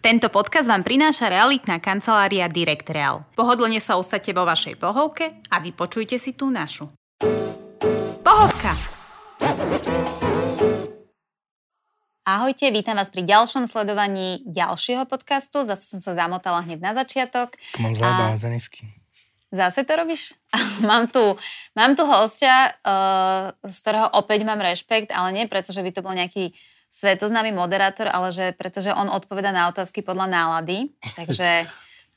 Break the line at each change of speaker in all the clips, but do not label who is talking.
Tento podcast vám prináša realitná kancelária Direct Real. Pohodlne sa ostate vo vašej pohovke a vypočujte si tú našu. Pohovka! Ahojte, vítam vás pri ďalšom sledovaní ďalšieho podcastu. Zase som sa zamotala hneď na začiatok.
Mám zába na tenisky.
Zase to robíš? mám tu, mám tu hostia, uh, z ktorého opäť mám rešpekt, ale nie preto, že by to bol nejaký svetoznámy moderátor, ale že pretože on odpoveda na otázky podľa nálady. Takže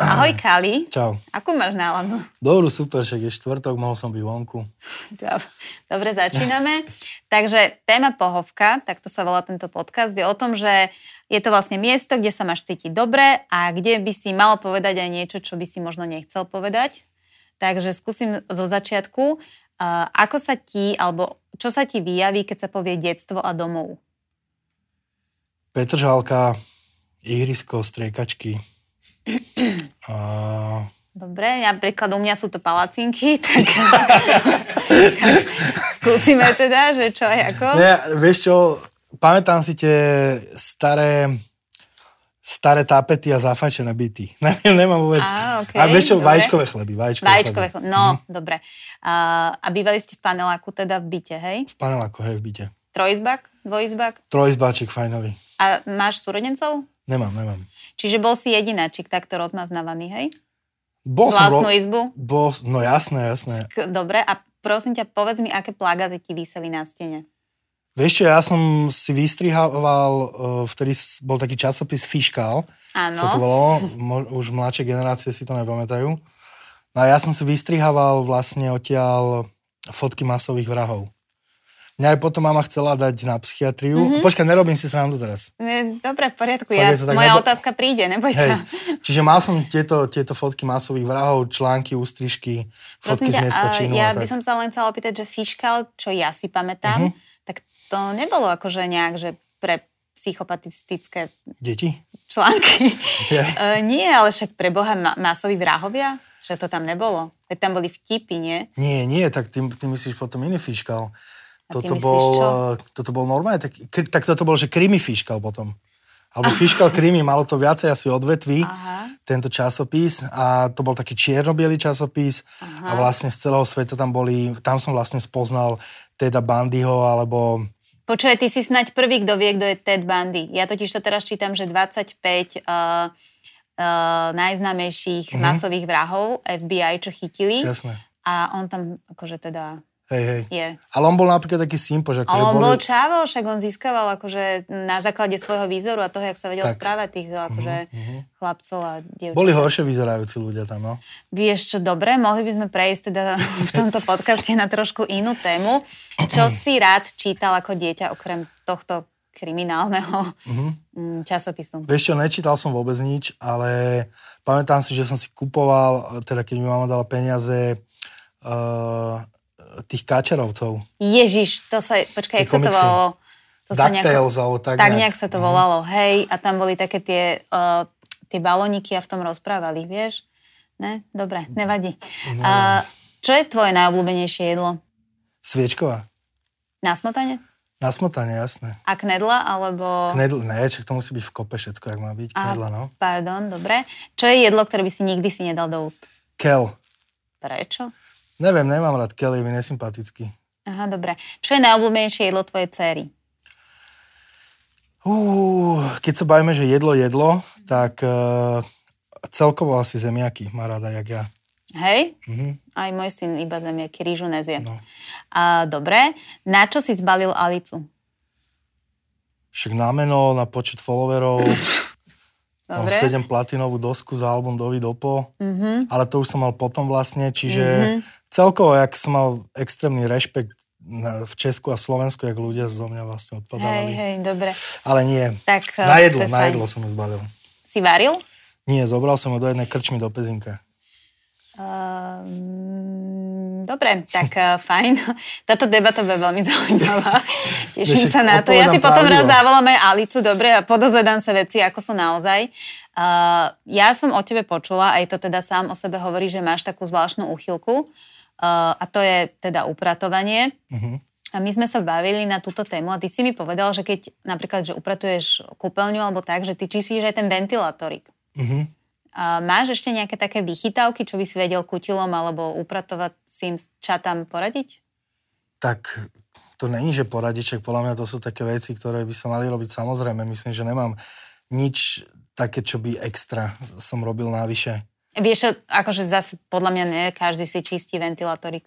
ahoj Kali.
Čau.
Akú máš náladu?
Dobrú, super, však je štvrtok, mohol som byť vonku.
Dobre, začíname. Takže téma pohovka, takto sa volá tento podcast, je o tom, že je to vlastne miesto, kde sa máš cítiť dobre a kde by si mal povedať aj niečo, čo by si možno nechcel povedať. Takže skúsim zo začiatku, ako sa ti, alebo čo sa ti vyjaví, keď sa povie detstvo a domov?
Petržalka, ihrisko, striekačky. A...
Dobre, napríklad u mňa sú to palacinky, tak, tak skúsime teda, že čo je ako.
Ne, vieš čo, pamätám si tie staré staré tápety a zafajčené byty. Ne, nemám vôbec.
Á, okej,
a vieš čo,
dobre.
vajčkové chleby. Vajčkové,
Vajíčkové,
chleby.
no, dobre. A, a bývali ste v paneláku, teda v byte, hej?
V paneláku, hej, v byte.
Trojizbak, dvojizbak.
Trojizbáček fajnový.
A máš súrodencov?
Nemám, nemám.
Čiže bol si jedináčik takto rozmaznávaný, hej?
Bol som...
Vlastnú
ro-
izbu?
Bol, no jasné, jasné.
K- Dobre, a prosím ťa, povedz mi, aké plagáty ti vyseli na stene.
Vieš čo, ja som si vystrihával, eh, vtedy s- bol taký časopis Fiškál,
Áno.
sa to volalo, mo- už mladšie generácie si to nepamätajú. No a ja som si vystrihával vlastne odtiaľ fotky masových vrahov. Mňa aj potom mama chcela dať na psychiatriu.
Mhm.
Mm-hmm. Počkaj, nerobím si srandu teraz.
Ne, Dobre, v poriadku,
Fakt
ja,
je to tak,
moja
nebo-
otázka príde, neboj
Hej.
sa.
Čiže mal som tieto, tieto fotky masových vrahov, články, ústrižky, fotky
Prosím
z
ťa,
miesta
Vlastne, a
činu
ja
a tak. Mhm.
by som sa len chcela opýtať, že fiškal, čo ja si pamätám, tak to nebolo akože nejak, že pre psychopatistické
Deti?
články.
Ja.
E, nie, ale však pre Boha ma- masoví vrahovia, že to tam nebolo. Veď tam boli vtipy, nie?
Nie, nie, tak ty, ty myslíš potom iný fiškal.
A ty
Toto
myslíš
bol,
čo?
eh, toto bol normálne, tak, kri- tak toto bol, že krimi fiškal potom. Alebo fiškal krimi, malo to viacej asi odvetví,
Aha.
tento časopis a to bol taký čierno-bielý časopis Aha. a vlastne z celého sveta tam boli, tam som vlastne spoznal Teda Bandyho alebo
Počuje, ty si snaď prvý, kto vie, kto je Ted Bundy. Ja totiž to teraz čítam, že 25 uh, uh, najznámejších masových vrahov FBI, čo chytili.
Mhm. Jasné.
A on tam akože teda
hej, hej.
je.
Ale on bol napríklad taký simpo, že
Ale
akože
on
boli,
bol čavo, však on získaval akože na základe svojho výzoru a toho, jak sa vedel
Tak. Mhm,
správať tých akože chlapcov a dievčat.
boli horšie vyzerajúci ľudia tam, no.
Vieš čo, dobre, mohli by sme prejsť teda v tomto podcaste na trošku inú tému. Čo si rád čítal ako dieťa, okrem tohto kriminálneho
Mhm.
mm časopisu?
Vieš čo, nečítal som vôbec nič, ale pamätám si, že som si kupoval, teda keď mi mama dala peniaze, uh, tých kačerovcov.
Ježiš, to sa, počkaj,
Tie
jak sa to
komiksy.
volalo? To sa
DuckTales alebo tak
Tak nejak
nejak. Mhm.
sa to volalo, hej, a tam boli také tie, uh, tie balóniky a v tom rozprávali, vieš? Ne? Dobre, nevadí. Uh, čo je tvoje najobľúbenejšie jedlo?
Sviečková.
Na smotane?
Na smotanie, jasné.
A knedla, alebo...
Knedl, ne, čak to musí byť v kope všetko, jak má byť. Knedla, no.
Pardon, dobre. Čo je jedlo, ktoré by si nikdy si nedal do úst?
Kel.
Prečo?
Neviem, nemám rád Kel, je mi nesympatický.
Aha, dobre. Čo je najobľúbenejšie jedlo tvojej cery?
Uú, keď sa bavíme, že jedlo, jedlo, tak uh, celkovo asi zemiaky má rada, jak ja.
Hej?
Mhm.
Mm-hmm. Aj môj syn iba zemiaky, rýžu nezie. No. A, dobre. Na čo si zbalil Alicu?
Však na meno, na počet followerov. Mám
Dobre.
7 platinovú dosku za album Dovi Dopo,
Mhm.
mm-hmm. ale to už som mal potom vlastne, čiže mm-hmm. celkovo, jak som mal extrémny rešpekt na, v Česku a Slovensku, jak ľudia zo mňa vlastne
Hej,
odpadávali. Hey, hey.
hej, dobre.
Ale nie.
Tak,
na
eh,
jedlo,
to je
na
fajn.
jedlo som ju zbalil.
Si varil?
Nie, zobral som ho do jednej krčmy do Pezinka.
Ehm, Dobre, tak eh, fajn. Táto debata bude veľmi zaujímavá. Teším
Ešte
sa na to. Ja
odpovedám
si potom raz
pravdivo.
zavolám aj Alicu, dobre, a podozvedám sa veci, ako sú naozaj. Eh, Ja som o tebe počula, aj to teda sám o sebe hovorí, že máš takú zvláštnu úchylku eh, a to je teda upratovanie. A my sme sa bavili na túto tému a ty si mi povedal, že keď napríklad, že upratuješ kúpeľňu alebo tak, že ty čistíš aj ten ventilátorik.
Mhm.
A máš ešte nejaké také vychytávky, čo by si vedel kutilom alebo upratovacím čatám poradiť?
Tak to není, že poradiček, podľa mňa to sú také veci, ktoré by sa mali robiť samozrejme. Myslím, že nemám nič také, čo by extra som robil návyše.
Vieš, čo, akože zase podľa mňa nie, každý si čistí ventilátorik.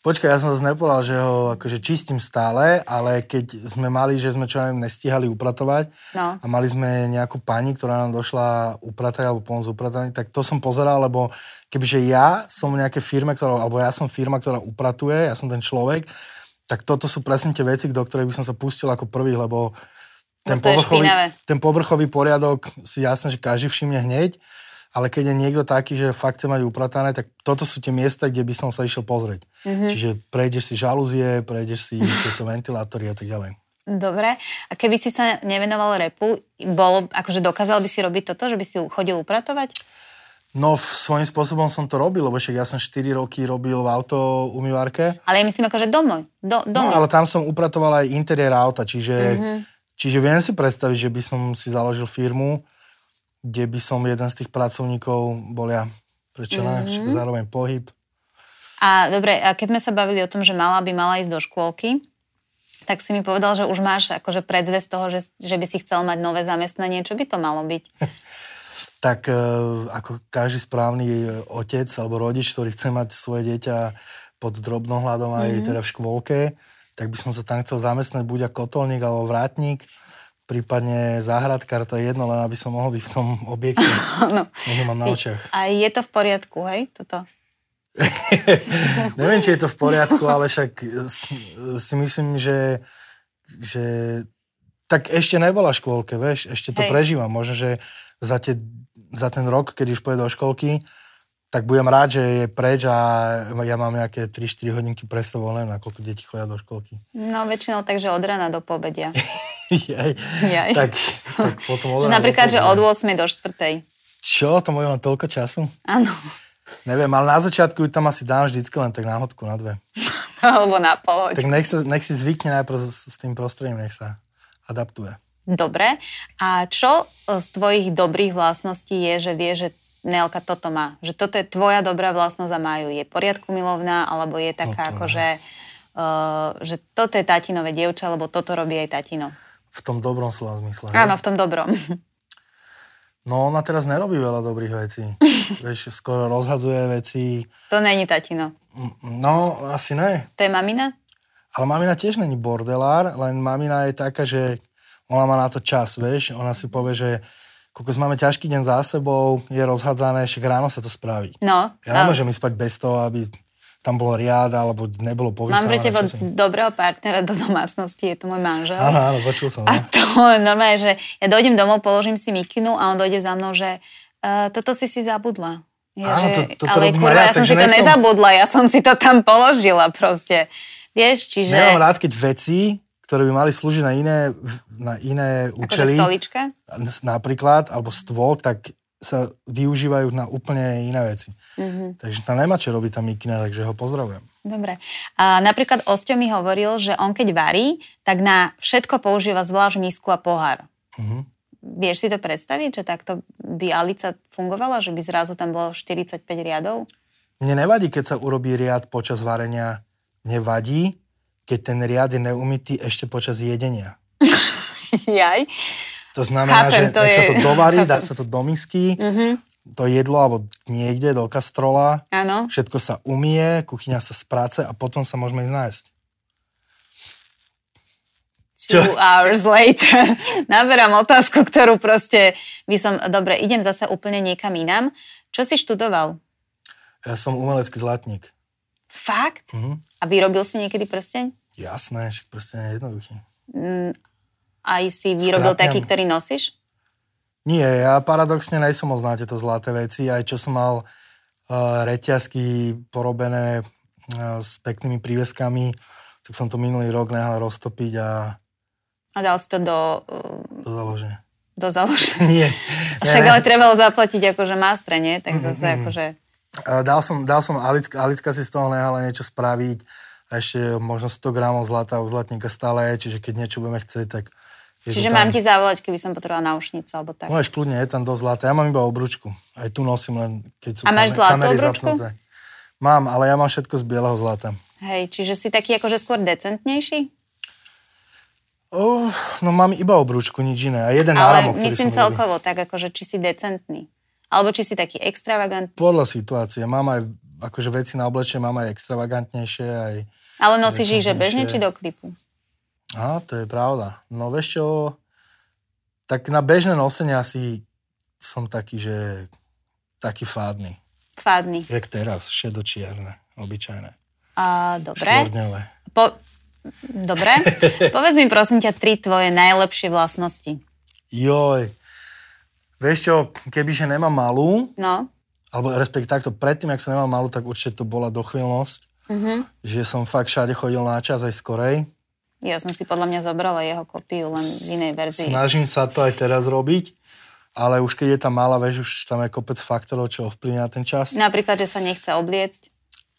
Počkaj, ja som zase nepovedal, že ho akože čistím stále, ale keď sme mali, že sme čo aj nestíhali upratovať
No.
a mali sme nejakú pani, ktorá nám došla upratať alebo pomôcť upratať, tak to som pozeral, lebo kebyže ja som v nejakej firme, ktorá, alebo ja som firma, ktorá upratuje, ja som ten človek, tak toto sú presne tie veci, do ktorých by som sa pustil ako prvý, lebo
No
ten,
to je
povrchový,
špinavé.
ten povrchový poriadok si jasné, že každý všimne hneď, ale keď je niekto taký, že fakt chce mať upratané, tak toto sú tie miesta, kde by som sa išiel pozrieť.
Mhm.
Mm-hmm. Čiže prejdeš si žalúzie, prejdeš si tieto ventilátory a tak ďalej.
Dobre. A keby si sa nevenoval repu, bolo, akože dokázal by si robiť toto, že by si chodil upratovať?
No, v- svojím spôsobom som to robil, lebo však ja som 4 roky robil v auto umývarke.
Ale ja myslím akože domov. Do,
No,
domov.
ale tam som upratoval aj interiér auta, čiže,
Mhm.
mm-hmm. čiže viem si predstaviť, že by som si založil firmu, kde by som jeden z tých pracovníkov bol ja. Prečo mm-hmm. ne? Však
Mhm.
zároveň pohyb.
A dobre, a keď sme sa bavili o tom, že mala by mala ísť do škôlky, tak si mi povedal, že už máš akože predzvesť toho, že, že by si chcel mať nové zamestnanie. Čo by to malo byť?
Tak e, ako každý správny e, otec alebo rodič, ktorý chce mať svoje dieťa pod drobnohľadom aj mm-hmm. teda v škôlke, tak by som sa tam chcel zamestnať buď ako kotolník alebo vrátnik, prípadne záhradkár, to je jedno, len aby som mohol byť v tom objekte.
No.
Nech ho mám na očiach.
A je to v poriadku, hej, toto?
Neviem, či je to v poriadku, ale však si, si myslím, že, že tak ešte nebola v škôlke, vieš, ešte to
Hej.
Hej. prežívam. Možno, že za, tie, za ten rok, keď už pôjde do školky, tak budem rád, že je preč a ja mám nejaké 3-4 hodinky pre sebou len, nakoľko deti chodia do školky.
No väčšinou takže od rana do pobedia.
Jaj.
Jaj.
Tak, tak potom od rána
Napríklad, že
do
od
poludnia.
8 do 4.
Čo? To môžem mať toľko času?
Áno.
Neviem, ale na začiatku ju tam asi dám vždycky len tak náhodku na dve.
Alebo na poloď.
Tak nech, sa, nech si zvykne najprv s, s tým prostredím, nech sa adaptuje.
Dobre. A čo e, z tvojich dobrých vlastností je, že vie, že Nelka toto má? Že toto je tvoja dobrá vlastnosť a majú. Je poriadku milovná, alebo je taká
No to
ako, že, uh, že toto je tatinové dievča, alebo toto robí aj tatino.
V tom dobrom slova zmysle.
Áno, v tom dobrom.
No ona teraz nerobí veľa dobrých vecí. Vieš, skoro rozhadzuje veci.
to není tatino.
Mm, No, asi ne.
To je mamina?
Ale mamina tiež není bordelár, len mamina je taká, že ona má na to čas, vieš. Ona si povie, že kokos máme ťažký deň za sebou, je rozhadzané, však ráno sa to spraví.
No.
Ja
ale-
nemôžem ísť spať bez toho, aby tam bolo riad, alebo nebolo povysávané.
Mám pre teba
čo si-
dobrého partnera do domácnosti, je to môj manžel.
Áno, áno, počul som.
A
no.
to je normálne, že ja dojdem domov, položím si mikinu a on dojde za mnou, že e, toto si si zabudla. Ja,
Áno,
že,
to- toto
ale
robím aj
kurva,
ja,
ja som
takže
si to
nie som-
nezabudla, ja som si to tam položila proste. Vieš, čiže...
Nemám rád, keď veci, ktoré by mali slúžiť na iné, na iné
akože
účely,
stolička?
napríklad, alebo stôl, tak sa využívajú na úplne iné veci.
Mhm.
Mm-hmm. Takže tam nemá čo robiť tá mikina, takže ho pozdravujem.
Dobre. A napríklad Osťo mi hovoril, že on keď varí, tak na všetko používa zvlášť misku a pohár.
Mhm.
Vieš si to predstaviť, že takto by Alica fungovala, že by zrazu tam bolo 45 riadov?
Mne nevadí, keď sa urobí riad počas varenia. Mne vadí, keď ten riad je neumytý ešte počas jedenia.
Jaj.
To znamená,
Chápem,
že
to
nech sa
je- Mhm.
to dovarí, dá sa to do misky, mm-hmm. to jedlo alebo niekde do kastrola,
Áno.
všetko sa umie, kuchyňa sa spráce a potom sa môžeme ísť nájsť.
Two
Čo?
hours later. Naberám otázku, ktorú proste by som... Dobre, idem zase úplne niekam inám. Čo si študoval?
Ja som umelecký zlatník.
Fakt?
Mhm.
A vyrobil si niekedy prsteň?
Jasné, však proste nie je jednoduchý.
Aj si vyrobil
Skrapnem.
taký, ktorý nosíš?
Nie, ja paradoxne nejsem moc na tieto zlaté veci, aj čo som mal uh, reťazky porobené uh, s peknými príveskami, tak som to minulý rok nehal roztopiť a
A dal si to do, uh,
to založené.
do založenia.
Nie.
A Však
ne, Mhm, ne.
ale trebalo zaplatiť akože mastre, nie? Tak zase akože...
Uh, Dal som, dal som Alicka, Alicka si z toho nehala niečo spraviť a ešte možno 100 gramov zlata u zlatníka stále je, čiže keď niečo budeme chcieť, tak je to
Čiže
tam.
mám ti zavolať, keby som potrebovala náušnicu alebo tak.
Môžeš kľudne, je tam dosť zlata. Ja mám iba obručku. Aj tu nosím len, keď sú
A máš
kame-
zlatú
kamery
obručku?
zapnuté. Mám, ale ja mám všetko z bieleho zlata.
Hej, čiže si taký akože skôr decentnejší?
Uh, no mám iba obručku, nič iné. A
Ale
jeden náramok, ktorý
myslím
som celko...
celkovo tak, akože či si decentný. Alebo či si taký extravagantný.
Podľa situácie. Mám aj akože veci na oblečenie, mám aj extravagantnejšie, aj...
Ale nosíš ich, že bežne
Decentnejšie.
či do klipu?
Á, to je pravda. No vieš čo, tak na bežné nosenie asi som taký, že taký fádny.
Kvádny.
Jak teraz, šedočierne, obyčajné.
A, dobre.
Štvorňové.
Po... Dobre. Povedz mi prosím ťa tri tvoje najlepšie vlastnosti.
Joj. Vieš čo, kebyže nemám malú,
No,
alebo respektíve takto, predtým, ak som nemal malú, tak určite to bola dochvíľnosť,
Mhm.
že som fakt všade chodil na čas aj skorej.
ja som si podľa mňa zobrala jeho kopiu, len v inej verzii.
Snažím sa to aj teraz robiť, ale už keď je tam malá, vieš, už tam je kopec faktorov, čo ovplyvňa ten čas.
Napríklad, že sa nechce obliecť.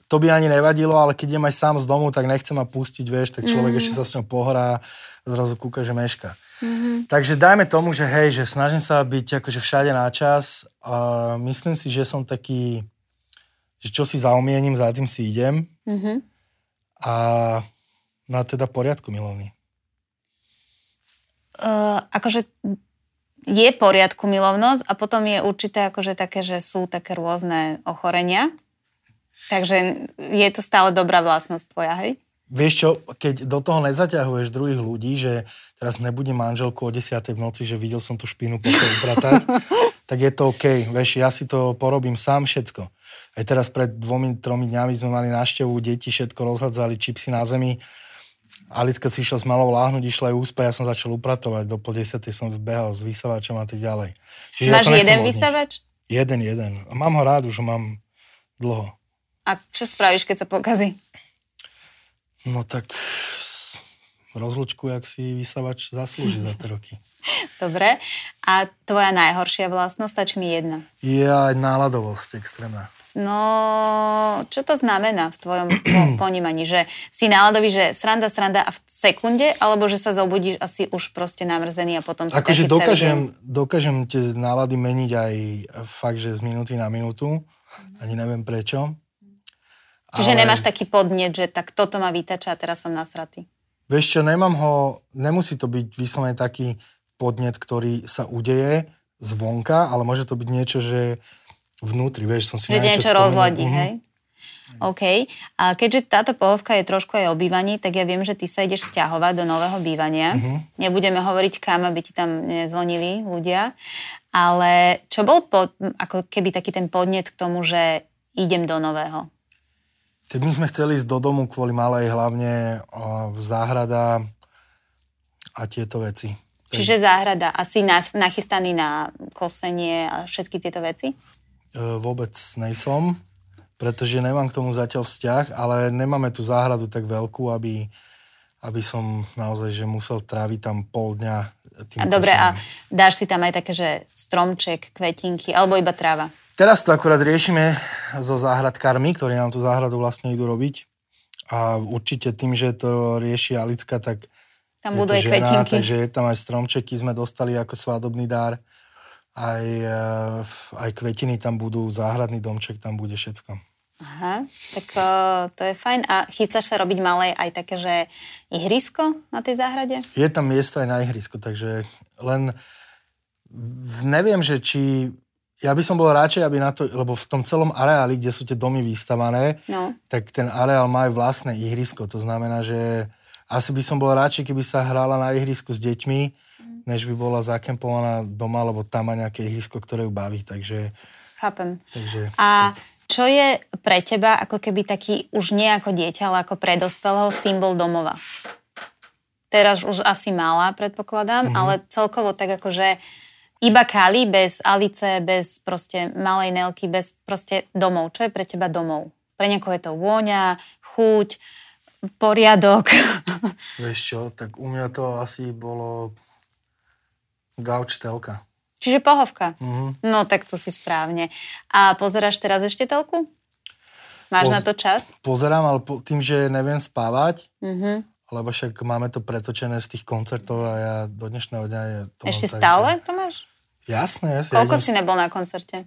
to by ani nevadilo, ale keď idem aj sám z domu, tak nechce ma pustiť, vieš, tak človek mm. ešte sa s ňou pohrá, zrazu kúka, že meška. Mm. Takže dajme tomu, že hej, že snažím sa byť akože všade na čas. A myslím si, že som taký, že čo si zaumiením, za tým si idem.
Mhm.
A no a teda poriadku, milovný.
Uh, akože je poriadku milovnosť a potom je určité akože také, že sú také rôzne ochorenia. Takže je to stále dobrá vlastnosť tvoja, hej?
Vieš čo, keď do toho nezaťahuješ druhých ľudí, že teraz nebudem manželku o 10. v noci, že videl som tú špinu pokiaľ ubratať, tak je to OK. Vieš, ja si to porobím sám všetko. Aj teraz pred dvomi, tromi dňami sme mali návštevu, deti všetko rozhádzali, čipsy na zemi. Alicka si išla s malou láhnuť, išla aj úspať, ja som začal upratovať, do pol desiatej som behal s vysavačom a tak ďalej. Čiže
Máš
to nechcem
jeden
od nich.
vysavač?
Jeden, jeden. A Mám ho rád, už ho mám dlho.
A čo spravíš, keď sa pokazí?
No tak s- rozlúčku, jak si vysavač zaslúži za tie roky.
Dobre. A tvoja najhoršia vlastnosť, stačí mi jedna.
Je aj náladovosť extrémna.
No, čo to znamená v tvojom po- ponímaní? Že si náladový, že sranda, sranda a v sekunde, alebo že sa zobudíš asi už proste namrzený a potom si taký celý
Akože
deň?
dokážem, dokážem tie nálady meniť aj fakt, že z minúty na minútu. Ani neviem prečo.
Mhm. Čiže
Ale-
nemáš taký podnet, že tak toto ma vytača a teraz som nasratý.
Vieš čo, nemám ho, nemusí to byť vyslovene taký podnet, ktorý sa udeje zvonka, ale môže to byť niečo, že vnútri, vieš, som
Že
si na
ti niečo
spomenul.
rozladí,
Mhm.
hej? OK. A keďže táto pohovka je trošku aj o bývaní, tak ja viem, že ty sa ideš stiahovať do nového bývania.
Mhm.
Nebudeme hovoriť kam, aby ti tam nezvonili ľudia. Ale čo bol pod, ako keby taký ten podnet k tomu, že idem do nového?
Tak my sme chceli ísť do domu kvôli malej hlavne o, záhrada a tieto veci.
Čiže záhrada, asi nas, nachystaný na kosenie a všetky tieto veci?
E, vôbec nejsom, pretože nemám k tomu zatiaľ vzťah, ale nemáme tú záhradu tak veľkú, aby, aby som naozaj že musel tráviť tam pol dňa tým
A dobre, a
kosaním.
dáš si tam aj také, že stromček, kvetinky, alebo iba tráva?
Teraz to akurát riešime so záhradkármi, ktorí nám tú záhradu vlastne idú robiť. A určite tým, že to rieši Alicka, tak
Tam
je
budú
to
aj kvetinky.
Takže je tam aj stromčeky, sme dostali ako svadobný dar. Aj, e, aj kvetiny tam budú, záhradný domček tam bude všetko.
Aha, tak uh, to je fajn. A chystáš sa robiť malej aj také, že ihrisko na tej záhrade?
Je tam miesto aj na ihrisku, takže len v- neviem, že či... Ja by som bol radšej, aby na to, lebo v tom celom areáli, kde sú tie domy vystavané,
No.
tak ten areál má aj vlastné ihrisko. To znamená, že asi by som bol radšej, keby sa hrála na ihrisku s deťmi,
Mm.
než by bola zakempovaná doma, lebo tam má nejaké ihrisko, ktoré ju baví. Takže,
Chápem.
takže...
A čo je pre teba ako keby taký už nie ako dieťa, ale ako pre dospelého symbol domova? Teraz už asi malá, predpokladám,
Mhm.
mm-hmm. ale celkovo tak ako, že iba Kali, bez Alice, bez proste malej Nelky, bez proste domov. Čo je pre teba domov? Pre niekoho je to vôňa, chuť, poriadok.
Vieš čo, tak u mňa to asi bolo gauč telka.
Čiže pohovka.
Mhm.
No tak to si správne. A pozeráš teraz ešte telku? Máš
Poz-
na to čas?
Pozerám, ale po, tým, že neviem spávať,
Mhm.
lebo však máme to pretočené z tých koncertov a ja do dnešného dňa je to mám
Ešte
tak,
stále to máš?
Že... Jasné, jasné.
Koľko
ja idem-
si nebol na koncerte?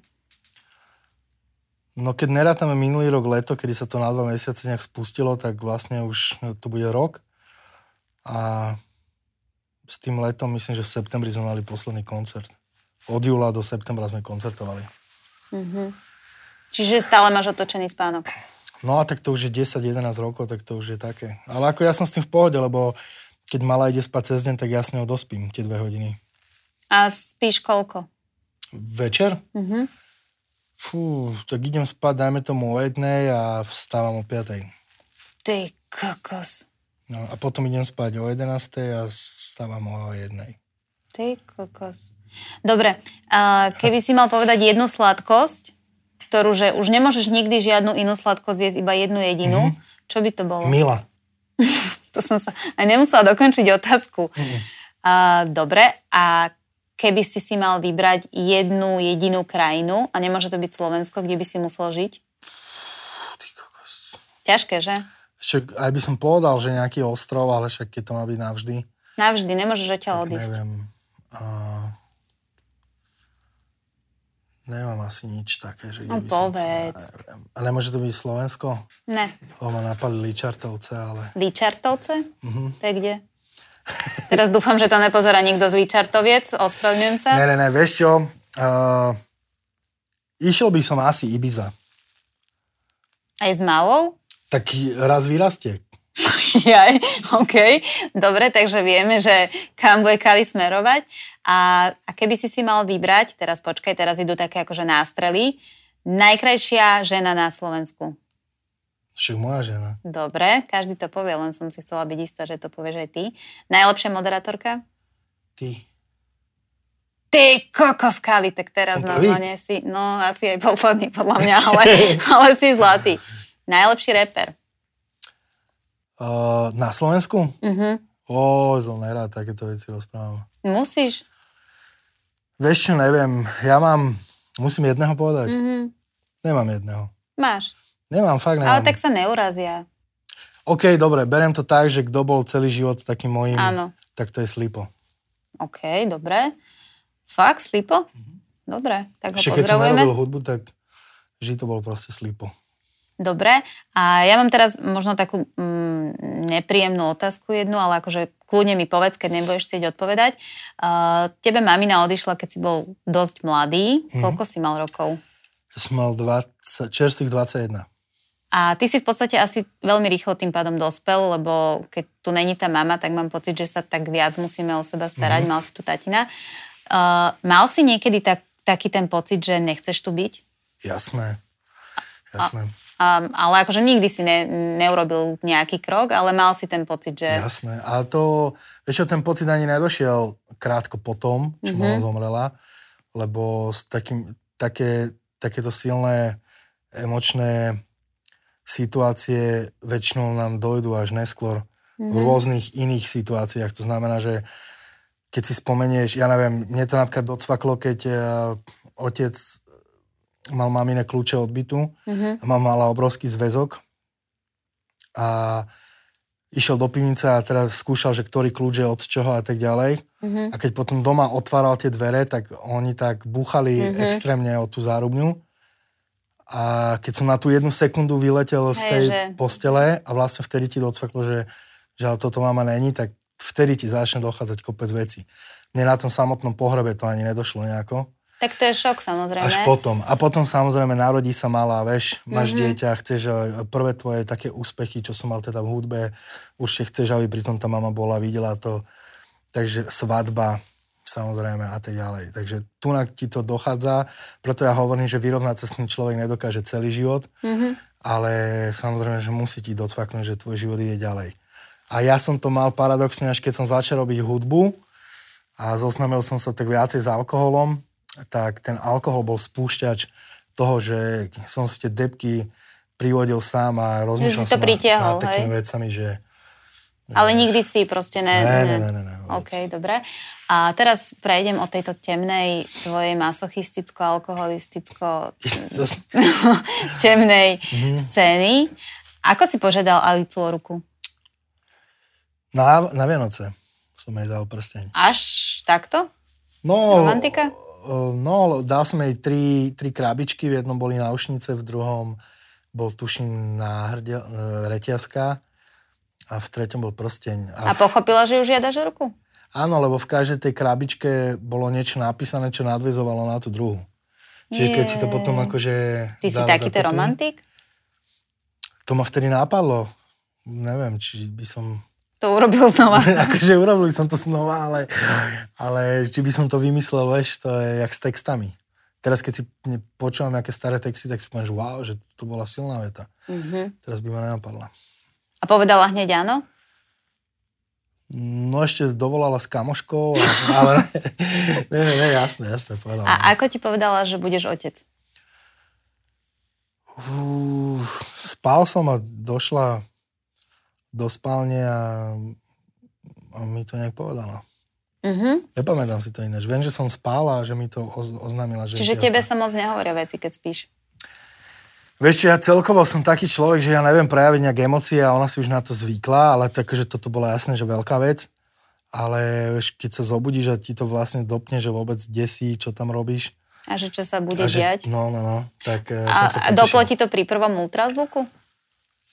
No keď nerátame minulý rok leto, kedy sa to na dva mesiace nejak spustilo, tak vlastne už to bude rok. A s tým letom myslím, že v septembri sme mali posledný koncert. Od júla do septembra sme koncertovali.
Čiže stále máš otočený spánok.
No a tak to už je 10-11 rokov, tak to už je také. Ale ako ja som s tým v pohode, lebo keď mala ide spať cez deň, tak ja s ňou dospím tie dve hodiny.
A spíš koľko?
Večer?
Mhm.
Fú, tak idem spať, dajme tomu o jednej a vstávam o piatej.
Ty kokos.
No a potom idem spať o 11 a vstávam o jednej.
Ty kokos. Dobre, a keby si mal povedať jednu sladkosť, ktorú, že už nemôžeš nikdy žiadnu inú sladkosť jesť, iba jednu jedinú,
Mhm.
čo by to bolo?
Mila.
To som sa aj nemusela dokončiť otázku. A, dobre, a keby si si mal vybrať jednu jedinú krajinu, a nemôže to byť Slovensko, kde by si musel žiť?
Ty kokos.
Ťažké, že?
Však aj by som povedal, že nejaký ostrov, ale však keď to má byť navždy,
Navždy, nemôžeš odtiaľ odísť.
neviem. A... Nemám asi nič také, že...
No
kde by som sa-
povedz.
neviem. A nemôže to byť Slovensko?
Ne.
Lebo ma napadli Ličartovce, ale...
Líčartovce? To je kde? Teraz dúfam, že to nepozerá nikto z Líčartoviec, ospravedlňujem sa.
Ne, ne, ne, vieš čo? Uh, išiel by som asi Ibiza.
Aj s malou?
Tak raz vyrastiek.
Jaj, OK. Dobre, takže vieme, že kam bude Kali smerovať. A, a keby si si mal vybrať, teraz počkaj, teraz idú také akože nástrely, najkrajšia žena na Slovensku.
Však moja žena.
Dobre, každý to povie, len som si chcela byť istá, že to povieš aj ty. Najlepšia moderátorka?
Ty.
Ty kokos, Kali, tak teraz
Som
no,
prvý?
no, nie si, no asi aj posledný podľa mňa, ale, ale si zlatý. Najlepší reper.
Uh, na Slovensku?
Mhm.
Ó, to nerad takéto veci rozprávam.
Musíš.
Vieš čo, neviem. Ja mám... Musím jedného povedať?
Mhm.
Nemám jedného.
Máš.
Nemám, fakt
Ale
nemám.
tak sa neurazia.
OK, dobre, berem to tak, že kto bol celý život takým mojím,
Áno.
tak to je Slipo.
OK, dobre. Fakt, Slipo? Dobre, tak ho
Mhm. Ešte keď som
pozdravujeme.
nerobil hudbu, tak vždy to bol proste Slipo.
Dobre, a ja mám teraz možno takú mm, nepríjemnú otázku jednu, ale akože kľudne mi povedz, keď nebudeš chcieť odpovedať. Uh, tebe mamina odišla, keď si bol dosť mladý.
Mhm.
Koľko si mal rokov?
Ja som mal 20, čerstvých 21.
A ty si v podstate asi veľmi rýchlo tým pádom dospel, lebo keď tu není tá mama, tak mám pocit, že sa tak viac musíme o seba starať.
Mhm.
Mm-hmm. Mal si tu tatina. Uh, mal si niekedy tak, taký ten pocit, že nechceš tu byť?
Jasné. Jasné.
Um, ale akože nikdy si ne, neurobil nejaký krok, ale mal si ten pocit, že...
Jasné. A to, vieš čo, ten pocit ani nedošiel krátko potom, čo mm-hmm. mama zomrela, lebo s takým, také, takéto silné emočné situácie väčšinou nám dojdú až neskôr mm-hmm. v rôznych iných situáciách. To znamená, že keď si spomenieš, ja neviem, mne to napríklad docvaklo, keď eh, otec mal mamine kľúče od bytu
Mhm.
a mama mala obrovský zväzok a išiel do pivnice a teraz skúšal, že ktorý kľúč je od čoho a tak ďalej.
Mhm.
A keď potom doma otváral tie dvere, tak oni tak búchali
Mhm.
extrémne o tú zárubňu. A keď som na tú jednu sekundu vyletel z
Hej,
tej
že-
postele a vlastne vtedy ti docvaklo, že, že ale toto mama není, tak vtedy ti začne dochádzať kopec veci. Mne na tom samotnom pohrebe to ani nedošlo nejako.
Tak to je šok samozrejme.
Až potom. A potom samozrejme narodí sa malá, vieš, máš mm-hmm. dieťa, chceš e, prvé tvoje také úspechy, čo som mal teda v hudbe, určite chceš, aby pritom tá mama bola, videla to. Takže svadba, samozrejme a tak ďalej. Takže tu ti to dochádza, preto ja hovorím, že vyrovnať sa s tým človek nedokáže celý život, mm-hmm. ale samozrejme, že musí ti docvaknúť, že tvoj život ide ďalej. A ja som to mal paradoxne, až keď som začal robiť hudbu, a zoznamil som sa tak viacej s alkoholom, tak ten alkohol bol spúšťač toho, že som si tie depky privodil sám a rozmýšľal
si to
som nad-
pritiahol,
nad takými
hej?
vecami, že
Ale nikdy si proste ne...
Ne, ne, ne, ne, ne, vôbec.
OK, dobre. A teraz prejdem od tejto temnej tvojej masochisticko-alkoholisticko
Zas-
temnej
Mhm.
scény. Ako si požiadal Alicu o ruku?
na, na Vianoce som jej dal prsteň.
Až takto?
No,
Romantika?
o, No, dal som jej tri, tri krabičky, v jednom boli náušnice, v druhom bol tuším náhrdia, e, reťazka a v treťom bol prsteň.
A
v-
pochopila, že ju žiadaš o ruku?
Áno, lebo v každej tej krabičke bolo niečo napísané, čo nadvezovalo na tú druhu. Čiže keď si to potom akože...
Ty si
dal
takýto
dokopy-
romantik?
To ma vtedy napadlo. Neviem, či by som...
To urobil znova.
akože urobil som to znova, ale, ale či by som to vymyslel, vieš, to je jak s textami. Teraz keď si ne- počúvam nejaké staré texty, tak si poviem, že wow, že to bola silná veta.
Mhm.
Teraz by ma nenapadla.
A povedala hneď áno?
No ešte dovolala s kamoškou, ale ne, ne, ne, jasné, jasné, povedala.
A ako ti povedala, že budeš otec?
Fú, spal som a došla do spálne a, a mi to nejak povedala.
Mhm.
Nepamätám si to ináč. Viem, že som spal a že mi to oz- oznámila. Že
Čiže tebe sa moc nehovoria veci, keď spíš.
Vieš čo, ja celkovo som taký človek, že ja neviem prejaviť nejak emócie a ona si už na to zvykla, ale tak, že toto bola jasné, že veľká vec. Ale vieš, keď sa zobudíš a ti to vlastne dopne, že vôbec desí, čo tam robíš.
A že čo sa bude
A že,
diať?
No, no, no. Tak, e, som
A,
sa
a
potešil.
doplo ti to pri prvom ultrazvuku?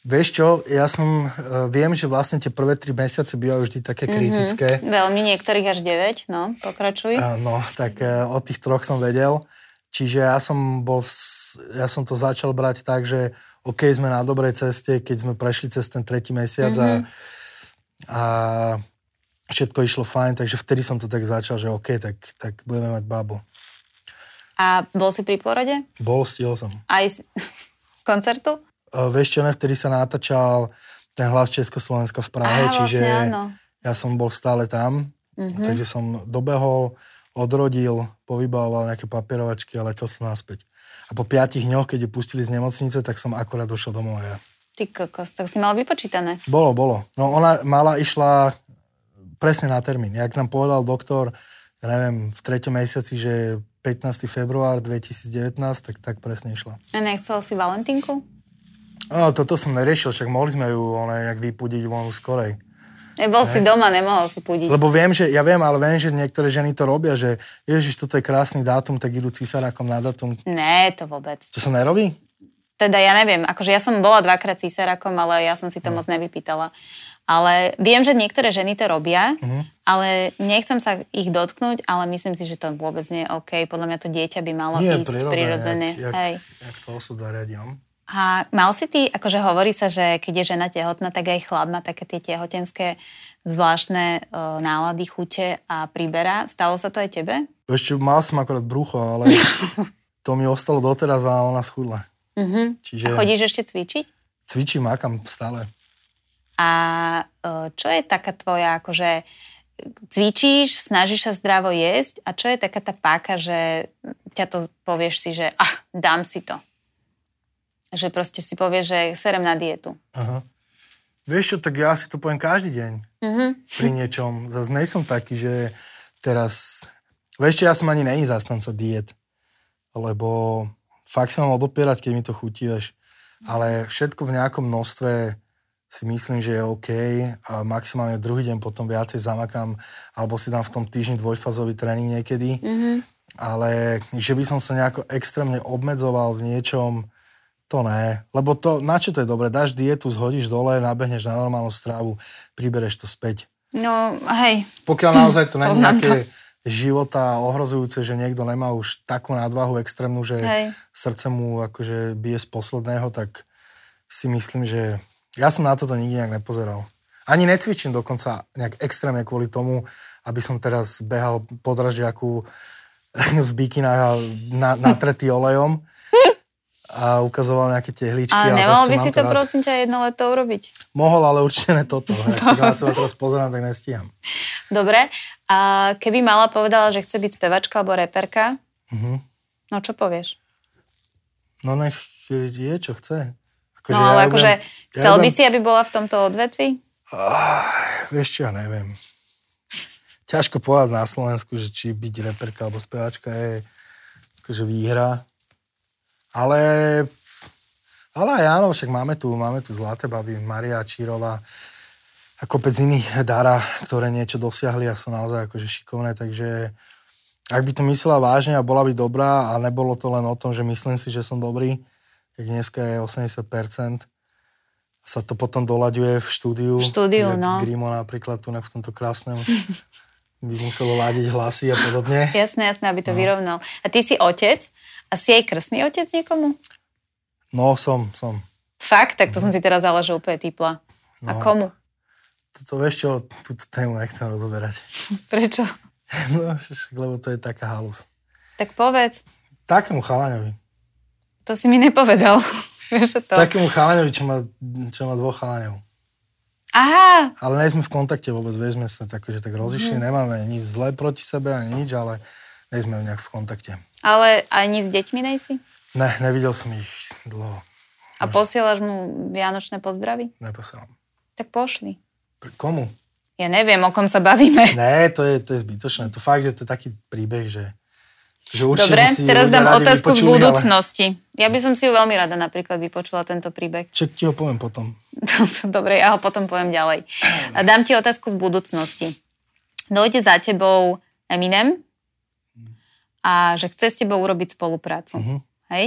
Vieš čo, ja som, e, viem, že vlastne tie prvé tri mesiace bývajú vždy také
Mhm.
kritické.
Veľmi, niektorých až 9, no, pokračuj.
E, No, tak e, o tých troch som vedel. Čiže ja som bol, s- ja som to začal brať tak, že OK, sme na dobrej ceste, keď sme prešli cez ten tretí mesiac
Mhm.
mm-hmm. a, a všetko išlo fajn, takže vtedy som to tak začal, že OK, tak, tak budeme mať babu.
A bol si pri porode?
Bol, stihol som.
Aj z, z koncertu?
E, Vieš čo, ne, vtedy sa natáčal ten hlas Československa v Prahe,
Á,
No, čiže
vlastne áno.
ja som bol stále tam, mm-hmm. takže som dobehol, odrodil, povybavoval nejaké papierovačky a letel som naspäť. A po piatich dňoch, keď ju pustili z nemocnice, tak som akorát došiel domov a ja.
Ty kokos, tak si mal vypočítané.
Bolo, bolo. No ona mala, išla presne na termín. Jak nám povedal doktor, ja neviem, v treťom mesiaci, že 15. február 2019, tak tak presne išla.
A nechcel si Valentinku?
No, toto som neriešil, však mohli sme ju ona nejak vypudiť von skorej.
Nebol si doma, nemohol si pudiť.
Lebo viem, že, ja viem, ale viem, že niektoré ženy to robia, že ježiš, toto je krásny dátum, tak idú císarákom na dátum.
Ne, to vôbec.
To sa nerobí?
Teda ja neviem, akože ja som bola dvakrát císarakom, ale ja som si to moc nevypýtala. Ale viem, že niektoré ženy to robia, ale nechcem sa ich dotknúť, ale myslím si, že to vôbec nie je OK. Podľa mňa to dieťa by malo ísť No, prirodzene.
Jak,
Hej.
jak, jak to osud zariadi, no?
A mal si ty, akože hovorí sa, že keď je žena tehotná, tak aj chlap má také tie tehotenské zvláštne e, nálady, chute a príbera. Stalo sa to aj tebe?
Ešte mal som akorát brucho, ale to mi ostalo doteraz a ona schudla.
Mhm. A
Čiže
chodíš ešte cvičiť?
cvičím, makam stále.
A e, čo je taká tvoja, akože cvičíš, snažíš sa zdravo jesť a čo je taká tá páka, že ťa to povieš si, že ah, dám si to. Že proste si povieš, že serem na dietu.
Aha. Vieš čo, tak ja si to poviem každý deň
Mhm.
pri niečom. Zas nej som taký, že teraz... Vieš čo, ja som ani není zastanca diet, lebo fakt sa mám odopierať, keď mi to chutí, vieš. Ale všetko v nejakom množstve si myslím, že je OK a maximálne druhý deň potom viacej zamakám alebo si dám v tom týždni dvojfazový tréning niekedy.
Mhm.
Ale že by som sa nejako extrémne obmedzoval v niečom, to ne. Lebo to, na čo to je dobre? Dáš dietu, zhodíš dole, nabehneš na normálnu strávu, pribereš to späť.
No hej,
Pokiaľ naozaj to není
Poznám
nejaké života ohrozujúce, že niekto nemá už takú nadvahu extrémnu, že
Hej.
srdce mu akože bije z posledného, tak si myslím, že ja som na toto nikdy nejak nepozeral. Ani necvičím dokonca nejak extrémne kvôli tomu, aby som teraz behal po dražďaku v bikinách a na, natretý olejom a ukazoval nejaké tehličky.
ale
ale
nemal
proste
by
mám
si to
rád.
prosím ťa jedno leto urobiť.
Mohol, ale určite ne toto. Hej. Tak Ja sa teraz pozerám, tak nestíham.
Dobre. A keby mala povedala, že chce byť spevačka alebo reperka,
Mhm.
no čo povieš?
No nech je, čo chce. Akože
no ale
ja
akože
ja
chcel by
ľúbim-
si, aby bola v tomto odvetvi?
Ah, vieš čo, ja neviem. Ťažko povedať na Slovensku, že či byť reperka alebo speváčka je akože výhra. Ale, ale aj áno, však máme tu, máme tu Zlaté baby, Maria Čírova a kopec iných dára, ktoré niečo dosiahli a sú naozaj akože šikovné, takže ak by to myslela vážne a bola by dobrá a nebolo to len o tom, že myslím si, že som dobrý, tak dneska je 80%, sa to potom dolaďuje v štúdiu.
V štúdiu,
jak
no.
Grimo napríklad tu na- v tomto krásnom by muselo ládiť hlasy a podobne.
Jasné, jasné, aby
No.
to vyrovnal. A ty si otec a si aj krsný otec niekomu?
No, som, som.
Fakt? Tak to som si teraz ale že úplne typla. A
No.
komu?
Toto vieš čo, túto tému nechcem rozoberať.
Prečo?
No, však, lebo to je taká halus.
Tak povedz.
Takému chalaňovi.
To si mi nepovedal. Vieš že to? Tak...
Takému chalaňovi, čo má, čo má dvoch chalaňov.
Aha,
Ale nie sme v kontakte vôbec, vieš, sme sa tak, akože tak rozišli,
Mhm.
mm. nemáme nič zlé proti sebe ani nič, ale nie sme nejak v kontakte.
ale ani s deťmi nejsi?
Ne, nevidel som ich dlho,
A posielaš mu vianočné pozdravy?
neposielam.
Tak pošli.
Pre komu?
Ja neviem, o kom sa bavíme.
Ne, to je, to je zbytočné. To fakt, že to je taký príbeh, že, že určite
Dobre,
by si
teraz
ľudia
dám
radi
otázku z
vypočuli,
budúcnosti. Ja by som si ju veľmi rada napríklad vypočula tento príbeh.
Ale... Čo ti ho poviem potom?
To sú Dobre, ja ho potom poviem ďalej. A Dám ti otázku z budúcnosti. Dojde za tebou Eminem a že chce s tebou urobiť spoluprácu.
Mhm.
Hej?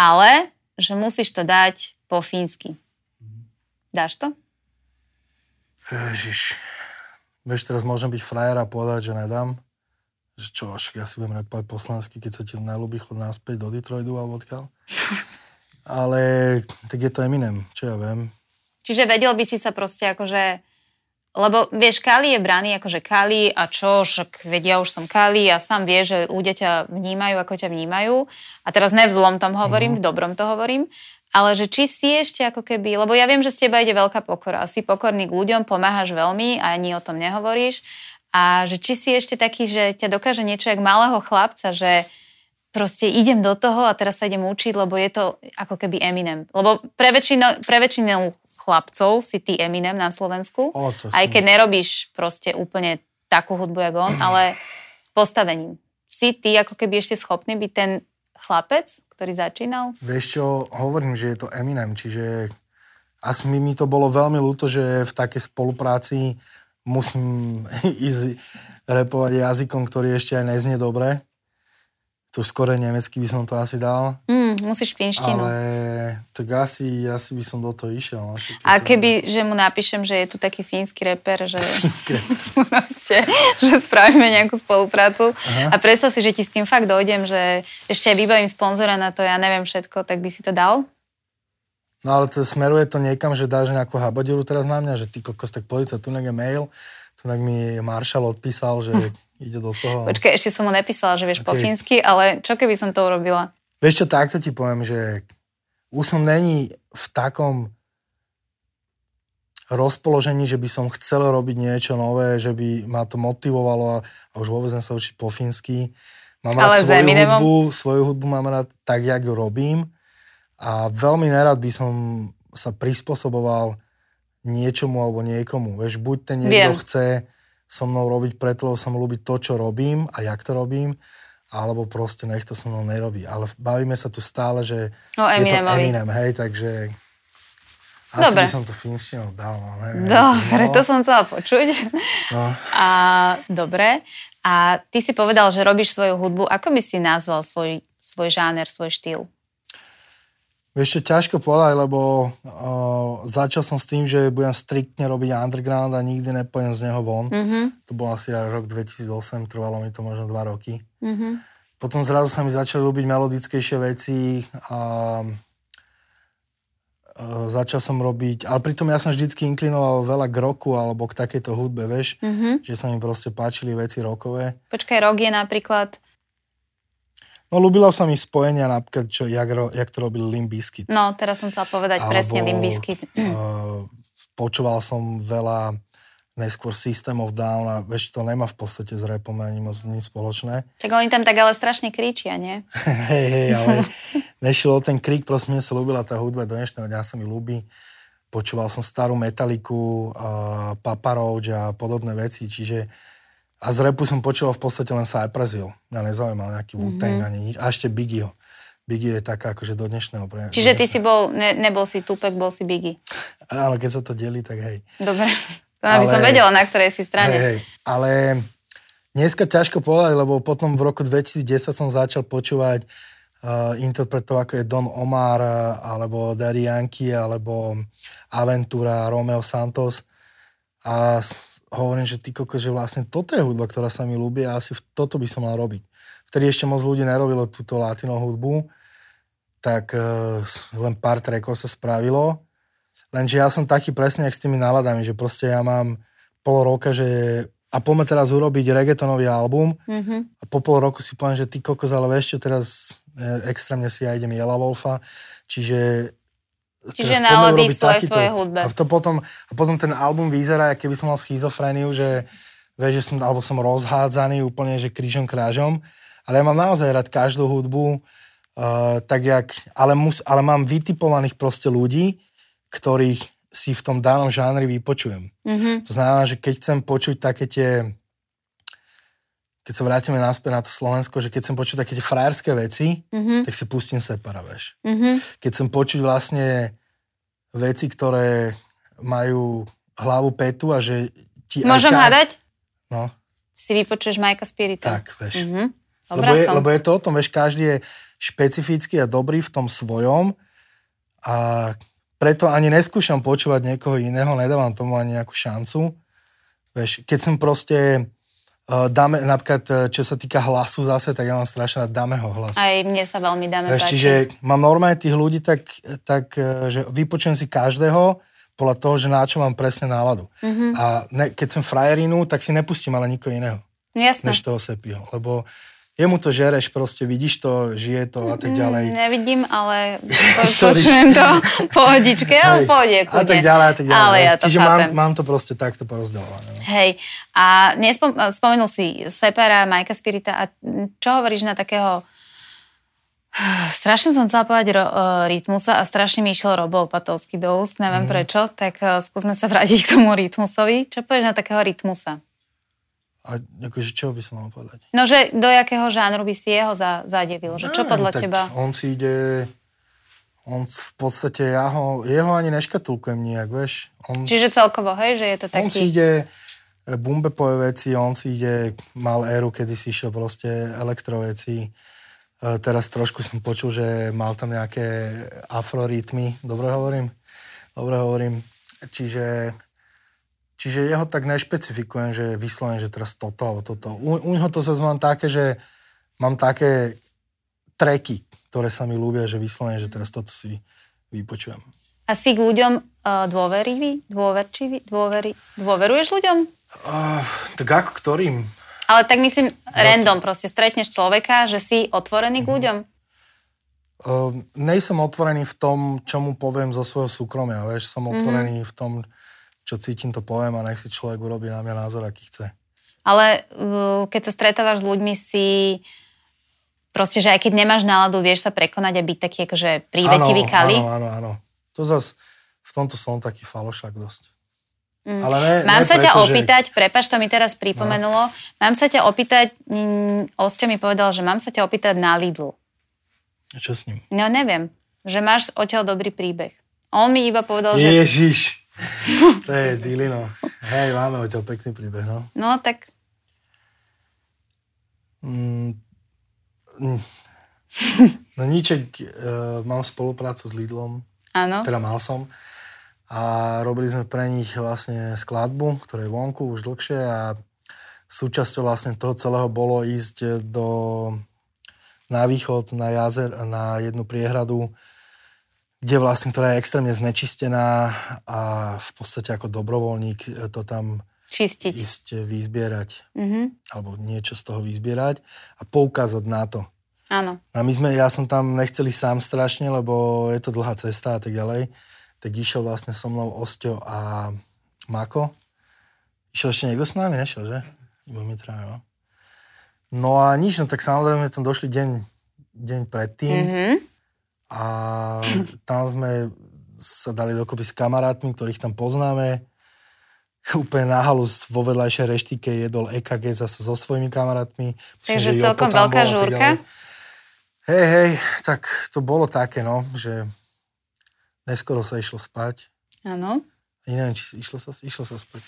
Ale že musíš to dať po fínsky. Dáš to?
Ježiš. Vieš, teraz môžem byť frajer a povedať, že nedám. Že čo, však ja si budem repovať po slovensky, keď sa ti nelúbi, chod naspäť do Detroitu a odkiaľ. Ale tak je to Eminem, čo ja viem.
Čiže vedel by si sa proste akože... Lebo vieš, Kali je braný akože Kali a čo, však vedia, už som Kali a sám vie, že ľudia ťa vnímajú, ako ťa vnímajú. A teraz ne v zlom tom hovorím, v dobrom to hovorím. Ale že či si ešte ako keby, lebo ja viem, že z teba ide veľká pokora. Si pokorný k ľuďom, pomáhaš veľmi a ani o tom nehovoríš. A že či si ešte taký, že ťa dokáže niečo jak malého chlapca, že proste idem do toho a teraz sa idem učiť, lebo je to ako keby Eminem. Lebo pre väčšinu, pre väčšinu chlapcov si ty Eminem na Slovensku,
O, to
aj
som-
keď nerobíš proste úplne takú hudbu, jak on, ale postavením. Si ty ako keby ešte schopný byť ten chlapec, ktorý začínal?
Vieš čo, hovorím, že je to Eminem, čiže asi mi, mi to bolo veľmi ľúto, že v takej spolupráci musím ísť repovať jazykom, ktorý ešte aj neznie dobre. Tu skore nemecky by som to asi dal.
Mm, musíš
Ale
finštinu. Ale...
tak asi, asi by som do toho išiel. No, však je
A
to-
keby, že mu napíšem, že je tu taký fínsky reper, že...
Fínske.
proste, že spravíme nejakú spoluprácu Aha. a predstav si, že ti s tým fakt dojdem, že ešte aj vybavím sponzora na to, ja neviem všetko, tak by si to dal?
No ale to smeruje to niekam, že dáš nejakú habadiru teraz na mňa, že ty kokos, tak policia, tu je mail, tu mi Marshall odpísal, že ide do toho.
Počkaj, ešte som mu nepísala, že vieš po
Okej.
fínsky, ale čo keby som to urobila?
Vieš čo, takto ti poviem, že už som není v takom rozpoložení, že by som chcel robiť niečo nové, že by ma to motivovalo a, a už vôbec sa učiť po fínsky. Mám
Ale s
rád svoju
Eminemom?
hudbu, svoju hudbu mám rád tak, jak ju robím a veľmi nerad by som sa prispôsoboval niečomu alebo niekomu. Vieš, buď ten niekto
Viem.
chce so mnou robiť preto, lebo sa mu ľúbi to, čo robím a jak to robím, alebo proste nech to so mnou nerobí. Ale bavíme sa tu stále, že
O
je to
Eminemovi.
Eminem, hej, takže asi
Dobre.
by som to finštinou dal, no neviem.
Dobre,
no,
to som chcela počuť.
No,
A dobre, a ty si povedal, že robíš svoju hudbu. Ako by si nazval svoj, svoj žáner, svoj štýl?
vieš čo, ťažko povedať, lebo uh, začal som s tým, že budem striktne robiť underground a nikdy nepôjdem z neho von. Mm-hmm. To bol asi rok 2008, trvalo mi to možno dva roky.
Mm-hmm.
Potom zrazu sa mi začali robiť melodickejšie veci a e, začal som robiť, ale pritom ja som vždycky inklinoval veľa k roku alebo k takejto hudbe, vieš, mm-hmm. že sa mi proste páčili veci rokové.
Počkaj, rok je napríklad...
No ľúbilo sa mi spojenia napríklad, čo, jak, ro- jak to robil Limp Bizkit.
No, teraz som chcela povedať Alebo... presne Limbisky.
Uh, počúval som veľa neskôr System of Down a vieš, to nemá v podstate s rapom ani moc nič spoločné.
Tak oni tam tak ale strašne kričia, nie?
Hej, hej, ale nešlo o ten krik, proste mne sa ľúbila tá hudba, do dnešného dňa sa mi ľúbi. počúval som starú metaliku, uh, Papa Roach a podobné veci, čiže a z repu som počúval v podstate len Cypress Hill. Mňa nezaujímal nejaký wu
Mhm.
mm-hmm. ani nič. A ešte Biggieho. Biggie je taká akože do dnešného. Pre...
Čiže ty si bol, ne, nebol si Tupek, bol si Biggie.
Áno, keď sa to delí, tak hej.
Dobre. To aby
Ale-
som vedela, na ktorej si strane.
Hej, hej. Ale dneska ťažko povedať, lebo potom v roku 2010 som začal počúvať uh, interpretov ako je Don Omar, uh, alebo Daddy Yankee, alebo Aventura, Romeo Santos. A s- hovorím, že ty koko, že vlastne toto je hudba, ktorá sa mi ľúbi a asi v- toto by som mal robiť. Vtedy ešte moc ľudí nerobilo túto latino hudbu, tak uh, len pár trackov sa spravilo. Lenže ja som taký presne jak s tými náladami, že proste ja mám pol roka, že a poďme teraz urobiť reggaetonový album
Mhm.
a po pol roku si poviem, že ty kokos, ale vieš čo, teraz e, extrémne si ja idem Jela Wolfa, čiže...
Čiže
teraz poďme
nálady
urobiť
sú aj v
takýto.
tvojej hudbe.
A, to potom, a potom ten album vyzerá, ako keby som mal schizofréniu, že vieš, že som, alebo som rozhádzaný úplne, že krížom krážom, ale ja mám naozaj rád každú hudbu, Uh, tak jak, ale, mus, ale mám vytipovaných proste ľudí, ktorých si v tom danom žánri vypočujem.
Mhm.
To znamená, že keď chcem počuť také tie, keď sa vrátime naspäť na to Slovensko, že keď chcem počuť také tie frajerské veci,
Mhm.
tak si pustím Separa, vieš.
Mhm.
Keď chcem počuť vlastne veci, ktoré majú hlavu petu a že ti... aj
Môžem
ťa-
hádať?
No,
Si vypočuješ Majka Spirita.
tak, vieš.
Mhm.
Lebo
Dobrá
je,
som.
lebo je to o tom, vieš, každý je špecifický a dobrý v tom svojom a preto ani neskúšam počúvať niekoho iného, nedávam tomu ani nejakú šancu. Vieš, keď som proste uh, dáme, napríklad, eh, čo sa týka hlasu zase, tak ja mám strašne rád dáme ho hlas.
Aj mne sa veľmi dáme
Vieš,
páči.
čiže mám normálne tých ľudí tak, tak, eh, že vypočujem si každého podľa toho, že na čo mám presne náladu.
Mhm.
Mm-hmm. A ne, keď som frajerinu, tak si nepustím ale nikoho iného
No Jasné.
než toho Sepiho, lebo jemu to žereš, proste vidíš to, žije to a
Mm,
tak ďalej.
Nevidím, ale po,
Sorry.
počujem to pohodičke, ale
Hej,
pohode,
a tak ďalej, a tak ďalej.
Ale ja to
Čiže mám,
chápem.
mám to proste takto porozdeľované. no.
Hej, a nespom- spomenul si Separa, Majka Spirita a čo hovoríš na takého strašne som chcela povedať ro- e, Rytmusa a strašne mi išiel Robo Opatovský do úst, neviem
Mhm.
mm. prečo, tak e, skúsme sa vrátiť k tomu Rytmusovi. Čo povieš na takého Rytmusa?
A akože čo by som mal povedať?
No, že do jakého žánru by si jeho za- zadevil? Že No čo
Neviem,
podľa
tak
teba?
On si ide... On s- v podstate, ja ho, jeho ani neškatulkujem nejak, vieš. On,
Čiže celkovo, hej, že je to
on
taký...
si ide e, bumbepové veci, on si ide, mal éru, kedy si išiel proste elektroveci. E, Teraz trošku som počul, že mal tam nejaké afrorytmy. Dobre hovorím? Dobre hovorím. Čiže, čiže jeho tak nešpecifikujem, že vyslovene, že teraz toto alebo toto. U, u ňoho to zase mám také, že mám také treky, ktoré sa mi ľúbia, že vyslovene, že teraz toto si vypočujem.
A si k ľuďom uh, dôverivý? Dôverčivý? Dôveri, dôveruješ ľuďom?
Uh, tak ako ktorým?
Ale tak
No.
myslím, random proste. Stretneš človeka, že si otvorený
Mhm.
k ľuďom.
Uh, nejsem otvorený v tom, čo mu poviem zo svojho súkromia, vieš,
Mhm.
som otvorený v tom, čo cítim, to poviem a nech si človek urobí na mňa názor, aký chce.
Ale uh, keď sa stretávaš s ľuďmi, si proste, že aj keď nemáš náladu, vieš sa prekonať a byť taký akože prívetivý
Áno,
kali.
Áno, áno, áno. To zas, v tomto som taký falošák dosť. Mm. Ale ne,
Mhm. Mám
ne
sa ťa
preto, že- No.
opýtať, prepač, to mi teraz pripomenulo, mám sa ťa opýtať, mm, Osťo mi povedal, že mám sa ťa opýtať na Lidlu.
Čo s ním?
No neviem, že máš odtiaľ dobrý príbeh. On mi iba povedal, že
Ježiš! to je dilino. Hej, máme o ťa pekný príbeh, no.
No tak
No niček, uh, mám spoluprácu s Lidlom,
áno.
teda mal som. A robili sme pre nich vlastne skladbu, ktorá je vonku už dlhšie a súčasťou vlastne toho celého bolo ísť do, na východ, na jazer, na jednu priehradu, kde vlastne, ktorá je extrémne znečistená a v podstate ako dobrovoľník e, to tam
Čistiť.
ísť vyzbierať
Mhm,
alebo niečo z toho vyzbierať a poukázať na to.
áno.
A my sme, ja som tam nechceli sám strašne, lebo je to dlhá cesta a tak ďalej. Tak išiel vlastne so mnou Osťo a Mako. Išiel ešte niekto s nami, nešiel, že? Iba my traja, no. No a nič, no tak samozrejme tam došli deň, deň predtým
Mhm.
a tam sme sa dali dokopy s kamarátmi, ktorých tam poznáme. Úplne náhalus vo vedľajšej reštike jedol EKG zase so svojimi kamarátmi. Myslím,
Takže
že Jopo
celkom
tam
veľká
bol a tak
žúrka.
ďalej. Hej, hej, tak to bolo také, no, že neskoro sa išlo spať.
Áno.
Ani neviem, či si- išlo sa, išlo sa spať.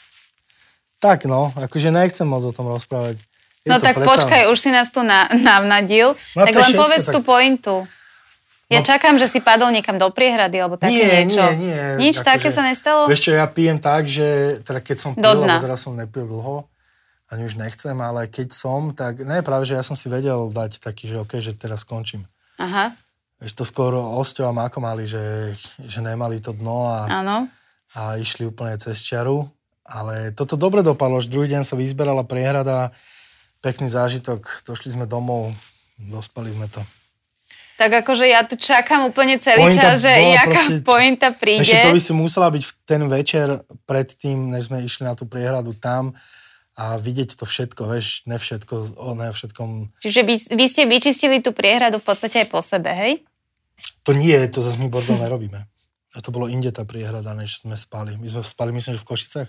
Tak no, akože nechcem moc o tom rozprávať. Je
No
to
tak
predsa-
počkaj, už si nás tu na- navnadil.
No
tak
to je
len
všetko,
povedz
tak-
tú pointu. Ja
No.
čakám, že si padol niekam do priehrady alebo také
nie,
niečo.
Nie, nie, Akože
Nič také sa nestalo?
Vieš čo, ja pijem tak, že teda keď som pil,
Do dna.
lebo teraz som nepil dlho, ani už nechcem, ale keď som, tak ne, práve, že ja som si vedel dať taký, že OK, že teraz skončím.
Aha,
Vieš, to skoro Osťo a Mako mali, že, že nemali to dno a,
áno.
a išli úplne cez čiaru. Ale toto dobre dopadlo, že druhý deň sa vyzberala priehrada, pekný zážitok, došli sme domov, dospali sme to.
Tak akože ja tu čakám úplne celý
Pointa
čas, že
bola
jaká
proste-
pointa príde.
Ešte to by si musela byť v ten večer predtým, než sme išli na tú priehradu tam a vidieť to všetko, vieš, ne všetko, o ne všetkom.
Čiže vy, vy ste vyčistili tú priehradu v podstate aj po sebe, hej?
To nie, to zase my bordel nerobíme. A to bolo inde tá priehrada, než sme spali. My sme spali, myslím, že v Košicách.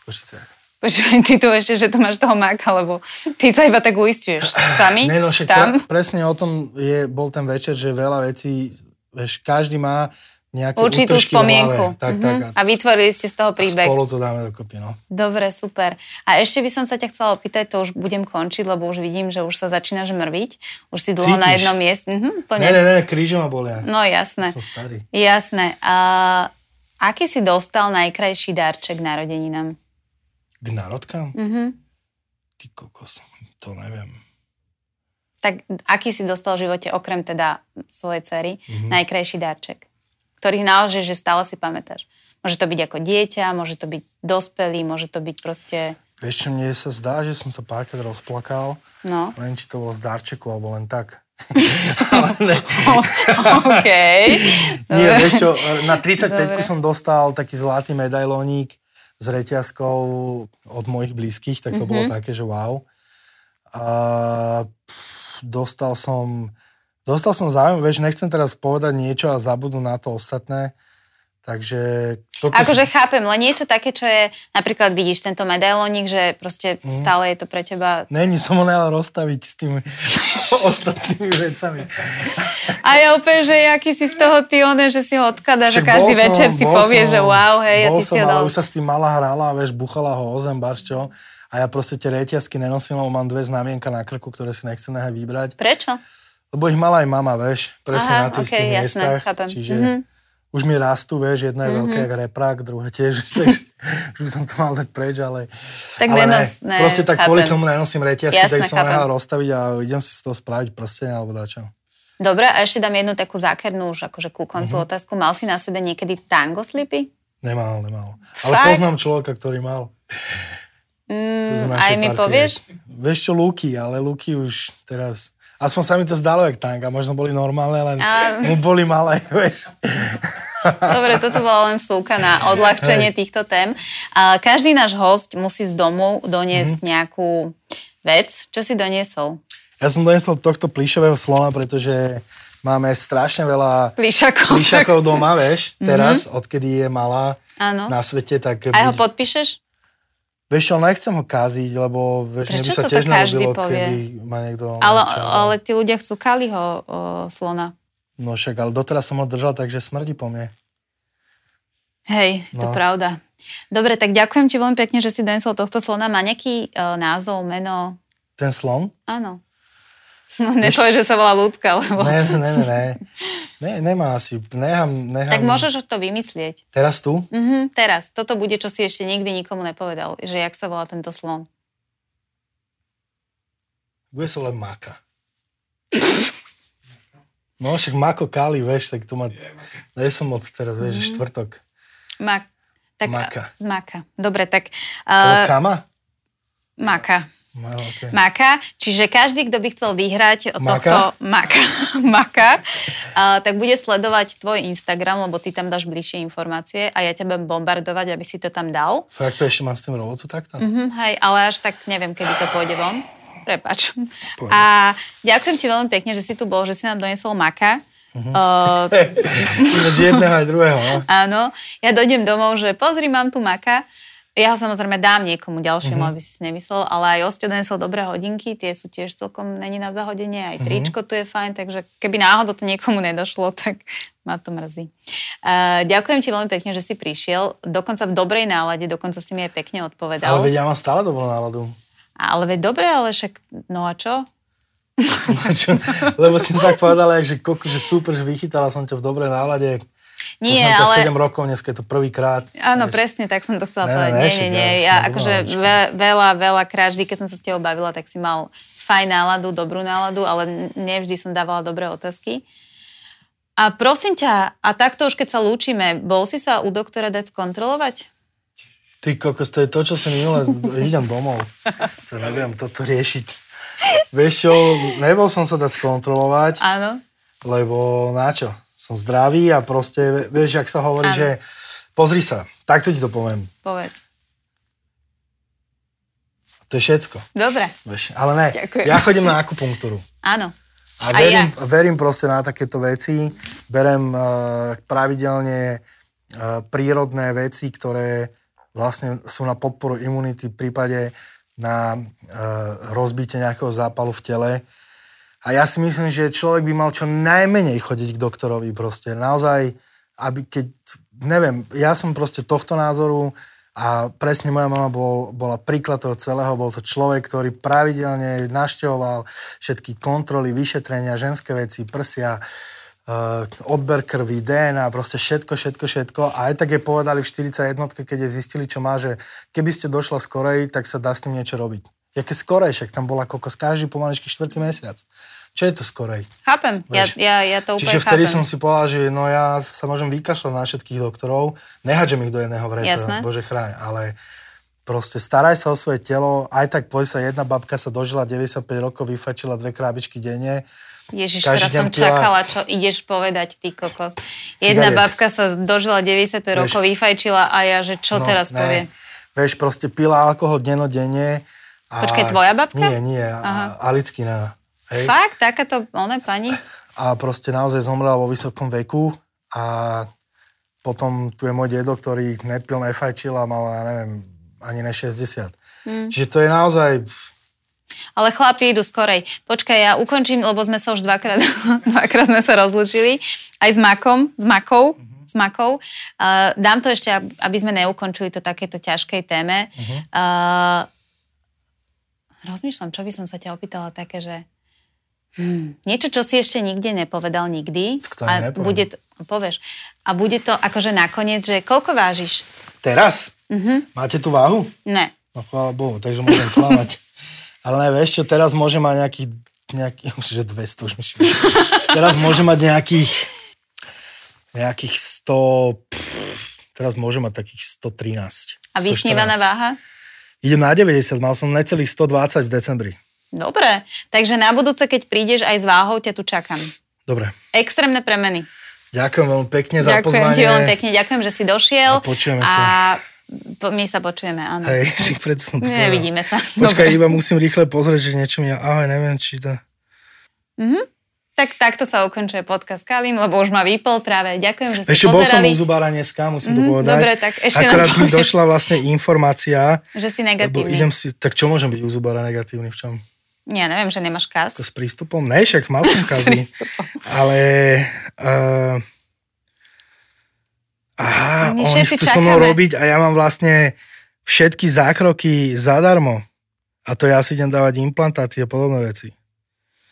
V Košicách.
Počúvaj, ty tu ešte, že tu máš toho máka, lebo ty sa iba tak uistuješ sami
Ne, no, však
tam.
Pre, presne o tom je, bol ten večer, že veľa vecí, vieš, každý má nejaké
Určitú
útržky v hlave.
spomienku.
Tak,
Mhm.
tak,
A vytvorili ste z toho príbeh.
Spolu to dáme dokopy, no.
Dobre, super. A ešte by som sa ťa chcela opýtať, to už budem končiť, lebo už vidím, že už sa začínaš mrviť. Už si dlho na
Cítiš?
jednom mieste. Mhm, úplne.
Ne, ne, ne, kríže ma bolia.
No jasné.
Som starý.
Jasné. A aký si dostal najkrajší darček narodeninám?
K národkám?
Mhm.
Ty kokos, to neviem.
Tak aký si dostal v živote, okrem teda svojej cery,
Mhm.
mm-hmm. najkrajší darček, ktorý naozaj, že stále si pamätáš? Môže to byť ako dieťa, môže to byť dospelý, môže to byť proste...
Vieš čo, mne sa zdá, že som sa párkrát rozplakal,
No,
len či to bolo z darčeku, alebo len tak. Ale ne,
OK.
nie, vieš čo, na 35
Dobre.
som dostal taký zlatý medailónik s reťazkou od mojich blízkych, tak to bolo
Mhm.
také, že wow. A pff, dostal som, dostal som záujem, vieš, nechcem teraz povedať niečo a zabudnú na to ostatné, takže... toto-
Akože chápem, len niečo také, čo je, napríklad vidíš tento medailónik, že proste
Mhm.
stále je to pre teba...
Není som ho nehal rozstaviť s tými ostatnými vecami.
A ja úplne, že aký si z toho ty one, že si ho odkladáš a
Však
každý
bol
večer si
bol
povie, že wow, hej, a ty
bol som,
si ho
ale
dal.
už sa s tým mala hrala, vieš, buchala ho o zem, barčo. A ja proste tie reťazky nenosím, lebo mám dve znamienka na krku, ktoré si nechcem nehať vybrať.
Prečo?
Lebo ich mala aj mama, vieš, presne
Aha,
na
okej,
tých, tých
jasné,
miestach.
chápem.
Čiže
Mhm.
už mi rastú, vieš, jedna je mm-hmm. veľká jak reprak, druhá tiež, takže už by som to mal dať preč, ale...
Tak
ale
nenos- ne,
proste tak kvôli
chápem.
tomu nenosím reťazky,
Jasné,
tak som ho
chápem.
nehal rozstaviť a idem si z toho spraviť prsteň alebo dačo.
Dobre, a ešte dám jednu takú zákernú už akože ku koncu mm-hmm.
Mhm.
otázku. Mal si na sebe niekedy tango slipy?
Nemal, nemal. Ale
Fakt?
poznám človeka, ktorý mal. Z
Mm,
našej
aj mi
partie.
povieš?
Vieš čo, Luky, ale Luky už teraz... Aspoň sa mi to zdalo jak tanka, možno boli normálne, len
A-
mu boli malé, vieš.
Dobre, toto bola len slúka na odľahčenie týchto tém. A každý náš host musí z domov doniesť
Mhm.
mm-hmm. nejakú vec. Čo si doniesol?
Ja som donesol tohto plíšového slona, pretože máme strašne veľa
Plíšakov.
plíšakov doma, vieš, teraz, odkedy je malá
Mhm. Áno.
na svete, tak...
Aj ho
bude-
podpíšeš?
Vieš čo, nechcem ho kaziť, lebo vieš, mne by
Prečo
sa
to
tiež
tak každý
neľúbilo,
povie?
keby ma niekto...
Ale,
niečo-
ale tí ľudia chcú Kaliho o, slona.
No však, ale doteraz som ho držal, takže smrdí po mne.
Hej, to
No.
pravda. Dobre, tak ďakujem ti veľmi pekne, že si donesol tohto slona. Má nejaký e, názov, meno?
Ten slon?
Áno. No, nepovieš, že sa volá ľudská, lebo...
Ne, ne, ne, ne. ne nemá asi. Nechám, nechám.
Tak môžeš to vymyslieť.
Teraz tu?
Mhm, teraz, toto bude, čo si ešte nikdy nikomu nepovedal, že jak sa volá tento slon.
Bude sa len maka. No však mako kali, vieš, tak to ma... Ne som moc teraz, vieš, že
Mm.
štvrtok.
Mak. Tak,
Maka.
Maka. Dobre, tak
Alebo
uh,
kama?
maka.
No, okay.
Maka, čiže každý, kto by chcel vyhrať
Maka?
tohto maka, maka uh, tak bude sledovať tvoj Instagram, lebo ty tam dáš bližšie informácie a ja ťa budem bombardovať, aby si to tam dal.
Fakt to ešte mám s tým robotu takto?
Mhm, hej, ale až tak neviem, kedy to pôjde von. Prepač. A ďakujem ti veľmi pekne, že si tu bol, že si nám donesol maka. Uh,
Ináč jedného aj druhého. No.
áno, ja dojdem domov, že pozri, mám tu maka. Ja ho samozrejme dám niekomu ďalšiemu, aby si si nemyslel, ale aj o donesol dobré hodinky, tie sú tiež celkom není na zahodenie, aj tričko tu je fajn, takže keby náhodou to niekomu nedošlo, tak ma to mrzí. Uh, ďakujem ti veľmi pekne, že si prišiel, dokonca v dobrej nálade, dokonca si mi aj pekne
Ale
odpovedal. Ale veď,
veď ja mám stále dobrú náladu.
ale veď dobre, ale však, no a čo?
No, Čo? Lebo si to tak povedala, jak, že, koko, že super, že vychytala som ťa v dobrej nálade.
Nie,
to
ale...
7 rokov, dneska je to prvýkrát.
Áno, presne, tak som to chcela
Ne, ne,
povedať.
ne,
Nie,
však
nie, nie. Ja
ja som dobrá
akože
mamička.
ve- veľa, veľa krát, vždy, keď som sa s tebou bavila, tak si mal fajn náladu, dobrú náladu, ale n- nevždy som dávala dobré otázky. A prosím ťa, a takto už keď sa lúčime, bol si sa u doktora dať skontrolovať?
Ty kokos, to je to, čo som minule, idem domov. To neviem toto riešiť. Vieš čo, nebol som sa dať skontrolovať,
Áno.
lebo na čo? Som zdravý a proste, vieš, jak sa hovorí,
Áno.
že pozri sa, takto ti to poviem.
Povedz.
To je všetko.
Dobre,
Vieš, ale ne,
Ďakujem.
ja chodím na akupunktúru.
áno. A
A verím,
ja.
a verím proste na takéto veci. Berem uh, pravidelne uh, prírodné veci, ktoré vlastne sú na podporu imunity v prípade na uh, rozbitie nejakého zápalu v tele. A ja si myslím, že človek by mal čo najmenej chodiť k doktorovi proste. Naozaj, aby keď, neviem, ja som proste tohto názoru a presne moja mama bol, bola príklad toho celého. Bol to človek, ktorý pravidelne naštevoval všetky kontroly, vyšetrenia, ženské veci, prsia, eh, odber krvi, DNA, proste všetko, všetko, všetko. A aj tak je povedali v 41, keď je zistili, čo má, že keby ste došla skorej, tak sa dá s tým niečo robiť. Jaké skorej, však tam bola kokos každý pomaličky štvrtý mesiac. Čo je to skorej?
Chápem, ja,
Vieš.
ja, ja to úplne
Čiže vtedy
chápem.
som si povedal, že no ja sa môžem vykašľať na všetkých doktorov, nehadžem ich do jedného vreca,
Jasné.
bože chráň, ale proste staraj sa o svoje telo, aj tak boj sa, jedna babka sa dožila 95 rokov, vyfačila dve krábičky denne,
Ježiš,
Každý
teraz som
deň pila-
čakala, čo ideš povedať, ty kokos. Jedna
Cigariet.
babka sa dožila 95 rokov, vyfajčila a ja, že
no,
čo teraz povie?
Vieš, proste pila alkohol dennodenne. A...
Počkaj, tvoja babka?
Nie, nie, a- Alickina. Hej?
Fakt? Takáto, ona pani?
a proste naozaj zomrel vo vysokom veku a potom tu je môj dedo, ktorý nepil, nefajčil a mal, ja neviem, ani ne 60.
Hm.
Mm. Čiže to je naozaj...
Ale chlapi idú skorej. Počkaj, ja ukončím, lebo sme sa už dvakrát, dvakrát sme sa rozlúčili. Aj s makom, s makou. S makou. Uh, dám to ešte, ab- aby sme neukončili to takéto ťažkej téme. Uh, rozmýšľam, čo by som sa ťa opýtala také, že hmm, niečo, čo si ešte nikde nepovedal nikdy.
Tak to ani
a
nepoviem.
bude to, povieš. A bude to akože nakoniec, že koľko vážiš?
Teraz?
Mhm.
Mm-hmm. Máte tu váhu?
Ne.
No chvála Bohu, takže môžem klamať. Ale ne, vieš čo, teraz môže mať nejakých... Nejaký, že 200 už myslím. Teraz môže mať nejakých... Nejakých 100... Pff, teraz môže mať takých 113.
A vysnívaná
114.
váha?
Idem na 90, mal som necelých 120 v decembri.
Dobre, takže na budúce, keď prídeš aj s váhou, ťa tu čakám.
Dobre.
Extrémne premeny.
Ďakujem veľmi pekne za
Ďakujem
pozvanie.
ti veľmi pekne, ďakujem, že si došiel.
A počujeme
a
sa.
po- my sa počujeme, áno.
Hej, však preto som to povedal.
Nevidíme sa.
Počkaj,
Dobre.
iba musím rýchle pozrieť, že niečo mi... Ahoj, neviem, či to...
Tak takto sa ukončuje podcast Kalim, lebo už ma vypol práve. Ďakujem, že ste
Ešte bol som
pozerali,
u zubára dneska, musím to
Mhm,
povedať.
dobre, tak ešte nám
Akorát mi
povedz.
došla vlastne informácia,
že si
lebo
negatívny.
idem si... Tak čo môžem byť u zubára negatívny v čom?
Ja neviem, že nemáš
To
kas.
s prístupom? Ne, však mal som kazy.
prístupom.
Ale... Uh, aha,
My
oni
všetci
chcú so mnou
čakáme.
robiť a ja mám vlastne všetky zákroky zadarmo. A to ja si idem dávať implantáty a podobné veci.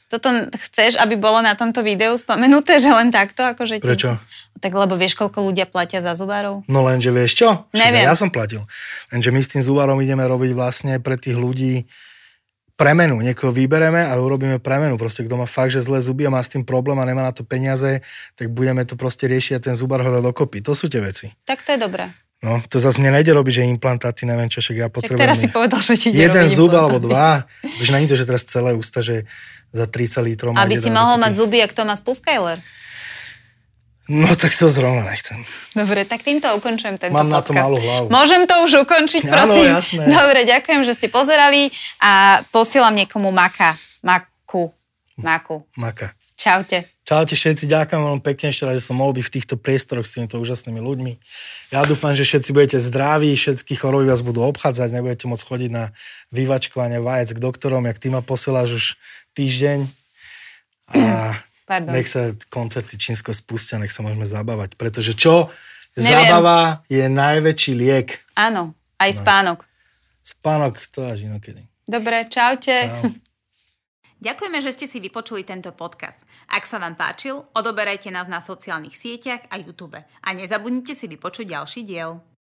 Toto n- chceš, aby bolo na tomto videu spomenuté, že len takto? Akože ti...
Prečo?
Tak lebo vieš, koľko ľudia platia za zubárov?
No lenže vieš čo? Však
Neviem.
Ja som platil. Lenže my s tým zúvarom ideme robiť vlastne pre tých ľudí premenu. Niekoho vybereme a urobíme premenu. Proste kto má fakt, že zlé zuby a má s tým problém a nemá na to peniaze, tak budeme to proste riešiť a ten zubár ho dá dokopy. To sú tie veci.
Tak to je dobré.
No, to zase mne nejde robiť, že implantáty, neviem čo, však ja
Však
potrebujem...
teraz si povedal, že ti ide
jeden
robiť
zub
implantáty.
alebo dva. Už není to, že teraz celé ústa, že za 30 litrov má
Aby
jeden
si mohol mať
dokopy.
zuby, ak to má spuskajler.
No tak to zrovna nechcem.
Dobre, tak týmto ukončujem tento
Mám na
podcast.
to malú hlavu.
Môžem to už ukončiť,
Áno,
prosím?
jasné.
Dobre, ďakujem, že ste pozerali a posielam niekomu maka. Maku. Maku.
Maka.
Čaute.
Čaute všetci, ďakujem veľmi pekne ešte raz, že som mohol byť v týchto priestoroch s týmito úžasnými ľuďmi. Ja dúfam, že všetci budete zdraví, všetky choroby vás budú obchádzať, nebudete môcť chodiť na vyvačkovanie vajec k doktorom, jak ty ma posielaš už týždeň. A
Pardon.
nech sa koncerty Čínsko spustia, nech sa môžeme zabávať. Pretože čo?
Neviem.
Zabava je najväčší liek.
Áno,
No.
aj spánok.
Spánok to až inokedy.
Dobre, čaute.
Čau.
Ďakujeme, že ste si vypočuli tento podcast. Ak sa vám páčil, odoberajte nás na sociálnych sieťach a YouTube. A nezabudnite si vypočuť ďalší diel.